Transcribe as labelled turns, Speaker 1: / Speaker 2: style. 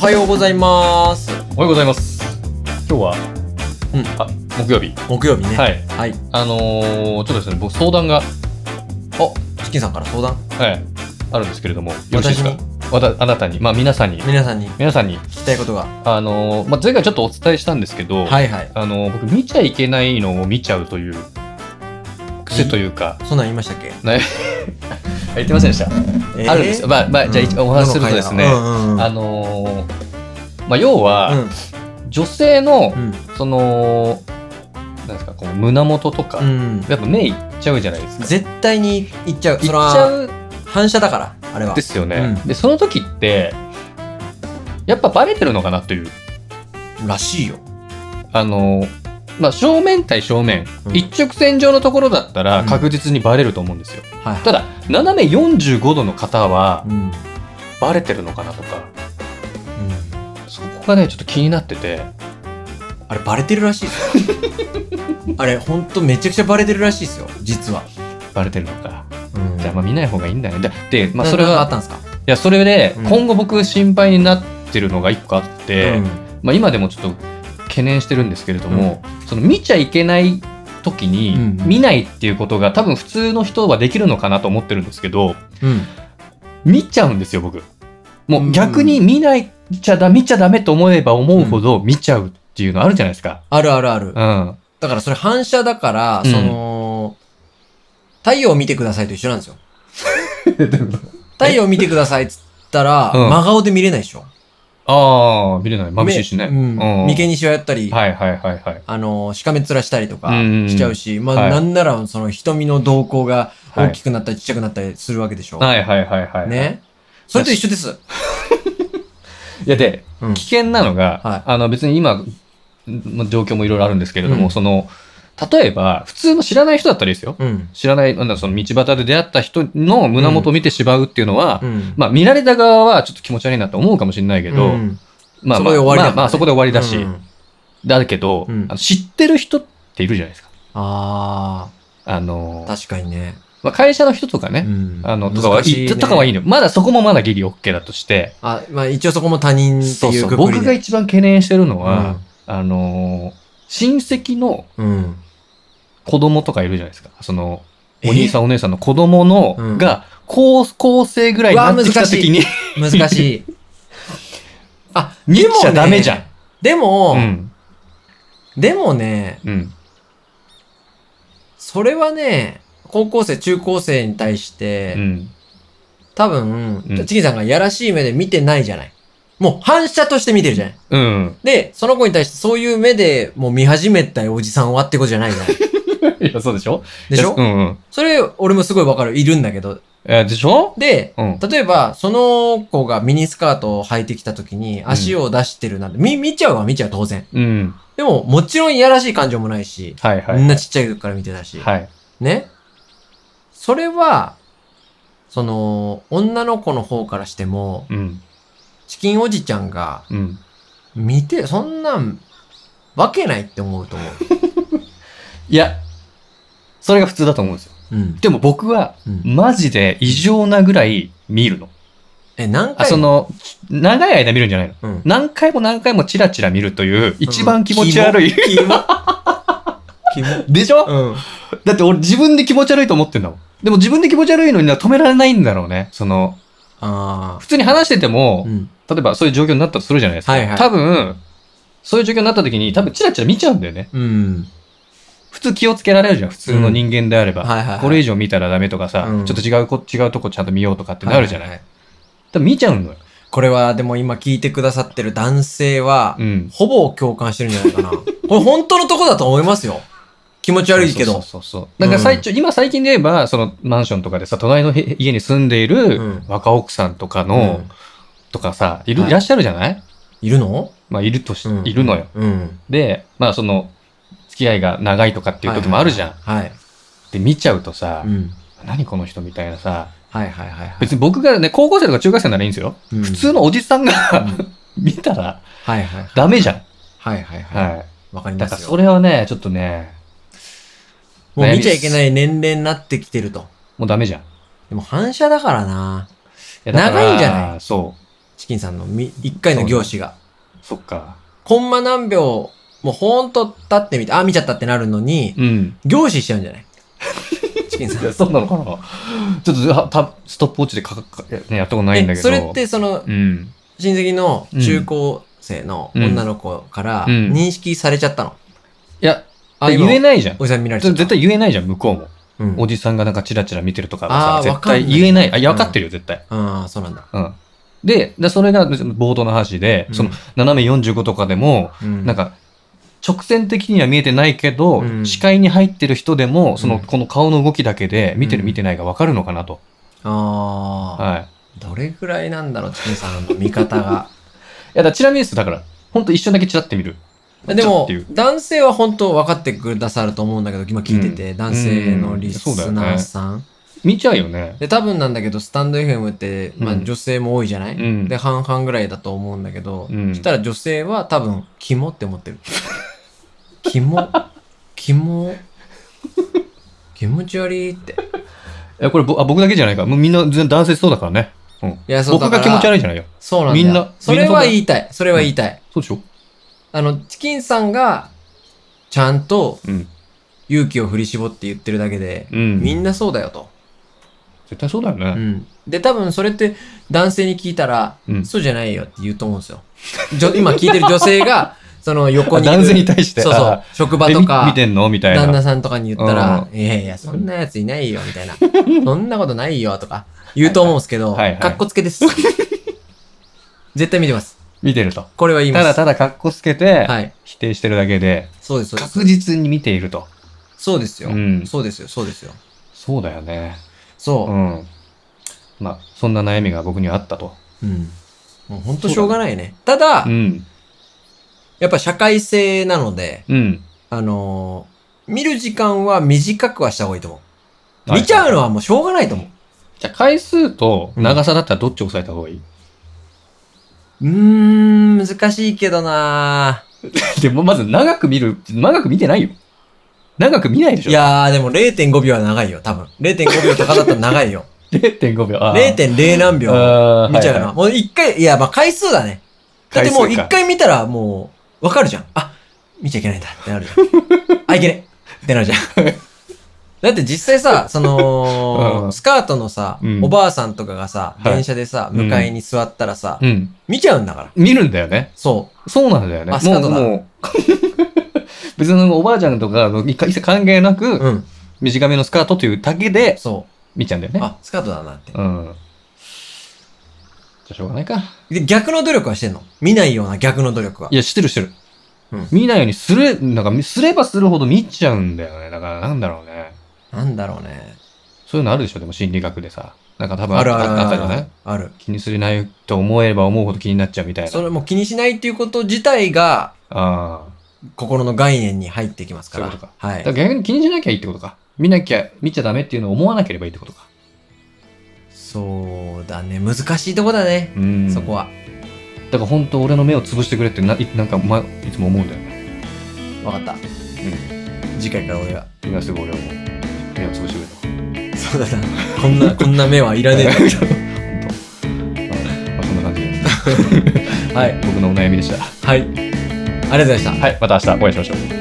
Speaker 1: はようございます。
Speaker 2: おはようございます。今日は、
Speaker 1: うん
Speaker 2: あ木曜日。
Speaker 1: 木曜日ね。。
Speaker 2: はいい。
Speaker 1: はい。
Speaker 2: あのー、ちょっとですね、僕相談が、
Speaker 1: チキンさんから相談。
Speaker 2: はい、あるんですけれども、よろしいですか
Speaker 1: 私
Speaker 2: わたあなたに、まあ皆さんに、
Speaker 1: 皆さんに聞
Speaker 2: 皆さんに、
Speaker 1: きたいことが。
Speaker 2: あのー、まあ前回ちょっとお伝えしたんですけど、
Speaker 1: はいはい。
Speaker 2: あのー、僕見ちゃいけないのを見ちゃうという、癖というか、
Speaker 1: そんなん言いましたっけ、
Speaker 2: ね言ってませんでした。
Speaker 1: えー
Speaker 2: あるんですよ。まあ、まあ、じゃあ、一応お話しするとですね、
Speaker 1: うんうんうん
Speaker 2: あのー、まあ要は、
Speaker 1: うん
Speaker 2: 女性の
Speaker 1: う、ん
Speaker 2: その、なんですか、こう胸元とか、
Speaker 1: うん
Speaker 2: やっぱ目いっちゃうじゃないですか。
Speaker 1: 絶対に行っちゃう。
Speaker 2: いっち
Speaker 1: それは
Speaker 2: ゃう
Speaker 1: 反射だから、あれは。
Speaker 2: ですよね。
Speaker 1: うん
Speaker 2: でその時ってやっぱバレてるのかなという
Speaker 1: らしいよ。
Speaker 2: あのまあ正面対正面、
Speaker 1: うん
Speaker 2: 一直線上のところだった
Speaker 1: う
Speaker 2: ら
Speaker 1: ん
Speaker 2: 確実にバレると思うんですよ。
Speaker 1: はい。
Speaker 2: ただ斜め45度の方は
Speaker 1: うん。うん
Speaker 2: バレてるのかなとかそこがねちょっと気になってて
Speaker 1: あれ、バレてるらしいです よ。あれ、ほんとめちゃくちゃバレてるらしいですよ、実は。
Speaker 2: バレてるのか。
Speaker 1: うん
Speaker 2: じゃあまあ見ない方がいいんだよね。ででまあ
Speaker 1: な
Speaker 2: それ
Speaker 1: なんかあっ
Speaker 2: は
Speaker 1: たんですか
Speaker 2: いやそれで
Speaker 1: うん
Speaker 2: 今後僕心配になってるのが1個あって。
Speaker 1: うん
Speaker 2: まあ、今でもちょっと懸念してるんですけれども、その見ちゃいけない時に
Speaker 1: うん
Speaker 2: 見ないっていうことが多分普通の人はできるのかなと思ってるんですけど
Speaker 1: うん。
Speaker 2: 見ちゃうんですよ僕も
Speaker 1: う
Speaker 2: うん逆に見ないちゃだ見ちゃダメと思えば思うほど見ちゃうっていうのあるじゃないです か
Speaker 1: あるあるある
Speaker 2: う。ん
Speaker 1: だからそれ反射だから、
Speaker 2: うん
Speaker 1: その、太陽を見てくださいと一緒なんですよ。太陽を見てくださいっつったら、
Speaker 2: うん
Speaker 1: 真顔で見れないでしょ。
Speaker 2: ああ見れない眩しいしね
Speaker 1: 目うん。眉間にしわやったり、
Speaker 2: はいはいはいはい
Speaker 1: あの、しかめ面したりとか
Speaker 2: うん
Speaker 1: しちゃうし、まあ、
Speaker 2: はい
Speaker 1: なんならその瞳の動向が
Speaker 2: はい
Speaker 1: 大きくなったりちっちゃくなったりするわけでしょ。
Speaker 2: はいはいはいはい
Speaker 1: ね。それと一緒です。
Speaker 2: いやで
Speaker 1: うん
Speaker 2: 危険なのが、
Speaker 1: はい
Speaker 2: あの別に今の状況もいろいろあるんですけれども、
Speaker 1: うん
Speaker 2: その例えば普通の知らない人だったらいいですよ
Speaker 1: うん。
Speaker 2: 知らないなんだその道端で出会った人の胸元を見てしまうっていうのは、
Speaker 1: うん。
Speaker 2: まあ、見られた側はちょっと気持ち悪いなと思うかもしれないけど、
Speaker 1: うん
Speaker 2: まあ
Speaker 1: そこ
Speaker 2: まあ
Speaker 1: で終わりだ
Speaker 2: まあまあそこで終わりだし、
Speaker 1: うん
Speaker 2: だけど、
Speaker 1: うん
Speaker 2: あの知ってる人っているじゃないですか。
Speaker 1: あ
Speaker 2: あの
Speaker 1: あ、確かにね。
Speaker 2: まあ、会社の人とか
Speaker 1: う
Speaker 2: ね、
Speaker 1: ん
Speaker 2: あのとかは
Speaker 1: 難
Speaker 2: い
Speaker 1: し
Speaker 2: い、
Speaker 1: ね
Speaker 2: とかはいいのよまだそこもまだギリ OK だとして、
Speaker 1: あ、まあ一応そこも他人って
Speaker 2: そう
Speaker 1: いう
Speaker 2: そう
Speaker 1: くくり
Speaker 2: 僕が
Speaker 1: で。
Speaker 2: 一番懸念してるのは、
Speaker 1: うん
Speaker 2: あのー親戚の
Speaker 1: うん。
Speaker 2: 子供とかいるじゃないですか。その、
Speaker 1: え
Speaker 2: お兄 さんお姉さんの子供の、
Speaker 1: うん
Speaker 2: が、高校生ぐらいになってきた時に、
Speaker 1: 難しい。あ、
Speaker 2: 見
Speaker 1: でも
Speaker 2: ちゃ
Speaker 1: ね
Speaker 2: ダメ じゃん。
Speaker 1: でも、
Speaker 2: うん。
Speaker 1: でもね、
Speaker 2: うん。
Speaker 1: それはね、高校生、中高生に対して、
Speaker 2: うん。
Speaker 1: 多分、
Speaker 2: うん
Speaker 1: チキンさんがやらしい目で見てないじゃない。もう反射として見てるじゃない。
Speaker 2: うん。
Speaker 1: で、その子に対してそういう目でもう見始めたおじさんはってことじゃないじゃ ない。
Speaker 2: いや、そうでしょ
Speaker 1: でしょ、
Speaker 2: うんうん。
Speaker 1: それ、俺もすごいわかる。いるんだけど。
Speaker 2: えーでしょ
Speaker 1: で、
Speaker 2: うん。
Speaker 1: 例えば、その子がミニスカートを履いてきた時に足を出してるなんて、み見ちゃうは見ちゃう当然。
Speaker 2: うん。
Speaker 1: でも、もちろんいやらしい感情もないし、
Speaker 2: はいはい。
Speaker 1: みんなちっちゃい時から見てたし、
Speaker 2: はい。
Speaker 1: ね。それは、その、女の子の方からしても、
Speaker 2: うん。
Speaker 1: チキンおじちゃんが、
Speaker 2: うん。
Speaker 1: 見て、そんなん、わけないって思うと思う。
Speaker 2: いや、それが普通だと思うんですよ。
Speaker 1: うん。
Speaker 2: でも僕は、
Speaker 1: うん、
Speaker 2: マジで異常なぐらい見るの。
Speaker 1: え、何
Speaker 2: あ、
Speaker 1: 回
Speaker 2: そ、の、長い間見るんじゃないの。
Speaker 1: うん、
Speaker 2: 何回も何回もチラチラ見るという、一番気持ち悪い。
Speaker 1: キモ。キモ。
Speaker 2: でしょ
Speaker 1: うん。
Speaker 2: だって俺自分で気持ち悪いと思ってんだもん。でも自分で気持ち悪いのには止められないんだろうね。その、
Speaker 1: あ
Speaker 2: 普通に話してても
Speaker 1: あ。う、ん。
Speaker 2: 例えばそういう状況になったとするじゃないですか。
Speaker 1: はいはい
Speaker 2: 多分、そういう状況になった時に多分チラチラ見ちゃうんだよね。
Speaker 1: うん。
Speaker 2: 普通気をつけられるじゃん。普通の人間であれば。
Speaker 1: はいはいはい。
Speaker 2: これ以上見たらダメとかさ、
Speaker 1: うん
Speaker 2: ちょっと違うこ、違うとこちゃんと見ようとかってなるじゃない。
Speaker 1: ははは
Speaker 2: 多分見ちゃうのよ。
Speaker 1: これは、でも今聞いてくださってる男性は、
Speaker 2: うん。
Speaker 1: ほぼ共感してるんじゃない かな。これ本当のとこだと思いますよ。気持ち悪いけど。
Speaker 2: そうそうそうそう。だから最中、今最近で言えば、そのマンションとかでさ、隣のへ家に住んでい
Speaker 1: うん
Speaker 2: る若奥さんとかの、
Speaker 1: うん
Speaker 2: とかさ、いる、
Speaker 1: はい
Speaker 2: いらっしゃるじゃない
Speaker 1: いるの
Speaker 2: まあ、いるとし、
Speaker 1: うん
Speaker 2: いるのよ。
Speaker 1: うん。
Speaker 2: で、まあその、付き合いが長いとかっていう時もあるじゃん。
Speaker 1: はい。
Speaker 2: で、見ちゃうとさ、
Speaker 1: うん。
Speaker 2: 何この人みたいなさ、
Speaker 1: はいはいはいはい。
Speaker 2: 別に僕がね、高校生とか中学生ならいいんですよ。
Speaker 1: うん
Speaker 2: 普通のおじさんが
Speaker 1: うん
Speaker 2: 見たら
Speaker 1: はいはい。
Speaker 2: ダメじゃん。
Speaker 1: はいはいはい。
Speaker 2: は
Speaker 1: わかり
Speaker 2: い。
Speaker 1: ま
Speaker 2: だから
Speaker 1: すよ。
Speaker 2: それはね、ちょっとね、
Speaker 1: もう見ちゃいけない年齢になってきてると。
Speaker 2: もうダメじゃん。い
Speaker 1: でも反射だからな。
Speaker 2: やだから
Speaker 1: 長いんじゃない
Speaker 2: そう。
Speaker 1: チキンさんのみ一回の行事が。
Speaker 2: そっか。
Speaker 1: コンマ何秒、もうほんと立ってみて、あ、見ちゃったってなるのに、
Speaker 2: うん。
Speaker 1: 凝視しちゃうんじ ゃないチキンさ
Speaker 2: いや、
Speaker 1: ん。
Speaker 2: そうなのかなちょっとはた、ストップウォッチでかか、かね、やったことないんだ
Speaker 1: え
Speaker 2: けど。
Speaker 1: それっ、てその
Speaker 2: うん。
Speaker 1: 親戚の中高生の女の子から
Speaker 2: うんうん
Speaker 1: 認識されちゃったの。
Speaker 2: いや、
Speaker 1: あ、
Speaker 2: 言え
Speaker 1: 今、
Speaker 2: ないじゃん。
Speaker 1: おじさん見られちゃった。
Speaker 2: 絶対言えないじゃん、向こうも。
Speaker 1: うん
Speaker 2: おじさんがなんかチラチラ見てると
Speaker 1: あ
Speaker 2: か
Speaker 1: ー
Speaker 2: はさ、
Speaker 1: わ
Speaker 2: 絶
Speaker 1: かんない
Speaker 2: 対言えない。あ、いや、分かってるよ、絶対。
Speaker 1: ああ、そうなんだ。
Speaker 2: うん。で、でそれが冒頭の話で、その
Speaker 1: うん、
Speaker 2: 斜め45とかでも、
Speaker 1: うん
Speaker 2: なんか、直線的には見えてないけど、
Speaker 1: うん
Speaker 2: 視界に入ってる人でも、そうの、
Speaker 1: ん
Speaker 2: この顔の動きだけで、見て
Speaker 1: う
Speaker 2: る
Speaker 1: ん
Speaker 2: 見てないが分かるのかなと。
Speaker 1: ああ、
Speaker 2: はい。
Speaker 1: どれぐらいなんだろう、チキンさんの見方 が。
Speaker 2: いや、だからチラ見ですだから、ほんと一瞬だけチラって見る。
Speaker 1: で
Speaker 2: ちょっ
Speaker 1: も
Speaker 2: ていう、
Speaker 1: 男性は本当分かってくださると思うんだけど、今聞いてて、男性のリスナーさん。
Speaker 2: 見ちゃうよね。
Speaker 1: で、多分なんだけど、スタンド FM って、まあ
Speaker 2: うん
Speaker 1: 女性も多いじゃない、
Speaker 2: うん
Speaker 1: で、半々ぐらいだと思うんだけど、
Speaker 2: うん
Speaker 1: そしたら女性は多分、キモって思ってる。キモ、 キモ、気持ち悪いって。
Speaker 2: いや、これぼあ僕だけじゃないから。もうみんな全然男性そうだからね。うん。
Speaker 1: いや、そう
Speaker 2: 僕
Speaker 1: だか
Speaker 2: が
Speaker 1: ら。
Speaker 2: 気持ち悪いじゃないよ。
Speaker 1: そうなんだよ。
Speaker 2: みんな
Speaker 1: それは言いたい。それは言いたい。
Speaker 2: そうでしょ
Speaker 1: あの、チキンさんが、ちゃんと
Speaker 2: うん。
Speaker 1: 勇気を振り絞って言ってるだけで、
Speaker 2: うん。
Speaker 1: み
Speaker 2: な。
Speaker 1: んなそうだよと。
Speaker 2: 絶対そうだよ
Speaker 1: う
Speaker 2: ね。
Speaker 1: ん。で、多分それって男性に聞いたら、
Speaker 2: うん
Speaker 1: そうじゃないよって言うと思うんですよ。じょ今聞いてる女性が、 その横にいる。
Speaker 2: 男性に対して。
Speaker 1: そうそ
Speaker 2: あ
Speaker 1: う
Speaker 2: ー。
Speaker 1: 職場
Speaker 2: え
Speaker 1: と
Speaker 2: み
Speaker 1: か
Speaker 2: 見、てんのみたいな。
Speaker 1: 旦那さんとかに言ったら、
Speaker 2: う
Speaker 1: いやいや、そんなやついないよ、みたいな。そんなことないよ、とか言うと思うんですけど、
Speaker 2: はいはい
Speaker 1: かっこつけです。 絶対見てます。
Speaker 2: 見てると。
Speaker 1: これは言いま
Speaker 2: ただ
Speaker 1: す。
Speaker 2: ただ格好つけて、
Speaker 1: はい。
Speaker 2: 否定してるだけで、
Speaker 1: そうです、そうです。
Speaker 2: 確実に見ていると。
Speaker 1: そうですよ
Speaker 2: う。ん。
Speaker 1: そうですよ、そうですよ。
Speaker 2: そうだよね。
Speaker 1: そう
Speaker 2: う。ん。まあ、そんな悩みが僕にはあったと。
Speaker 1: うん。もう本当しょうがないね。ただ、
Speaker 2: うん。
Speaker 1: やっぱ社会性なので、
Speaker 2: うん。
Speaker 1: あのー見る時間は短くはした方がいいと思う。見ちゃうのはもうしょうがないと思う。
Speaker 2: じゃあ回数と長さだったらどっち抑えた方がいい、
Speaker 1: うーん、難しいけどな
Speaker 2: でもまず長く見る、長く見てないよ。長く見ないでし
Speaker 1: ぁ。
Speaker 2: ょ
Speaker 1: いやー、でも0.5秒は長いよ、多分。0.5秒とかだったら長いよ。
Speaker 2: 0.5秒。 あー
Speaker 1: 0.0何秒
Speaker 2: あー
Speaker 1: 見ちゃうのは。
Speaker 2: はい
Speaker 1: もう一回、いや、まあ回数だね。だってもう
Speaker 2: 回数か
Speaker 1: 一回見たらもう、わかるじゃん。あ、見ちゃいけないんだってなるじゃん。 あ、いけねえってなるじゃん。だって実際さ、その、
Speaker 2: うん
Speaker 1: スカートのさ、
Speaker 2: うん
Speaker 1: おばあさんとかがさ、
Speaker 2: はい
Speaker 1: 電車でさ、
Speaker 2: うん
Speaker 1: 向かいに座ったらさ、
Speaker 2: うん。
Speaker 1: 見ちゃうんだから。
Speaker 2: 見るんだよね。
Speaker 1: そ
Speaker 2: そうなんだよね。
Speaker 1: あそうなんだ
Speaker 2: もう、 もう別におばあちゃんとか、一回関係な
Speaker 1: う。う
Speaker 2: く、
Speaker 1: ん。
Speaker 2: 短めのスカートというだけで
Speaker 1: そ
Speaker 2: 見ちゃうんだよ
Speaker 1: う。
Speaker 2: ね。
Speaker 1: あ、スカートだなって。
Speaker 2: うん。じゃあしょうがないか。。
Speaker 1: で、逆の努力はしてんの見ないような逆の努力はい
Speaker 2: や、してるしてる。
Speaker 1: うん
Speaker 2: 見ないようにすれ、なんか、すればするほど見ちゃうんだよね。だから、なんだろうね。
Speaker 1: なんだろうね。
Speaker 2: そういうのあるでしょ、でも心理学でさ。なんか多分
Speaker 1: あるある
Speaker 2: あ
Speaker 1: あ
Speaker 2: っ
Speaker 1: る
Speaker 2: たよ
Speaker 1: あ
Speaker 2: ね
Speaker 1: る。。ある。
Speaker 2: 気にするないと思えば思うほど気になっちゃうみたいな。
Speaker 1: それもう気にしないっていうこと自体が、
Speaker 2: ああ。
Speaker 1: 心の概念に入ってきますから。
Speaker 2: そういうこと
Speaker 1: は
Speaker 2: だ
Speaker 1: い
Speaker 2: から。逆に気にしなきゃいいってことか。見なきゃ、見ちゃダメっていうのを思わなければいいってことか。
Speaker 1: そうだね。難しいとこだね。
Speaker 2: うん
Speaker 1: そこ。は。
Speaker 2: だから本当俺の目を潰してくれってな、いなんか、ま、いつも思うんだよね。
Speaker 1: わかった。次回から俺は。
Speaker 2: 今すぐ俺はもう、目を潰してくれと。
Speaker 1: そうだな。こんな、こんな目はいらねえ
Speaker 2: 本当。まあ、そんな感じで。
Speaker 1: と。はい。
Speaker 2: 僕のお悩みでした。
Speaker 1: はい。ありがとうございました。
Speaker 2: はい、また明日お会いしましょう。